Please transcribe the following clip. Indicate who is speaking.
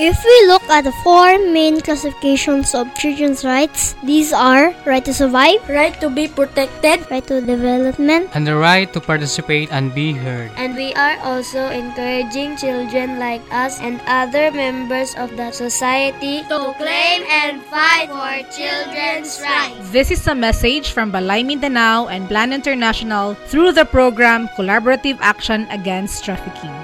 Speaker 1: If we look at the four main classifications of children's rights, these are right to survive,
Speaker 2: right to be protected,
Speaker 1: right to development,
Speaker 3: and the right to participate and be heard.
Speaker 2: and we are also encouraging children like us and other members of the society to claim and fight for children's rights.
Speaker 4: This is a message from Balay Mindanao and Plan International through the program Collaborative Action Against Trafficking.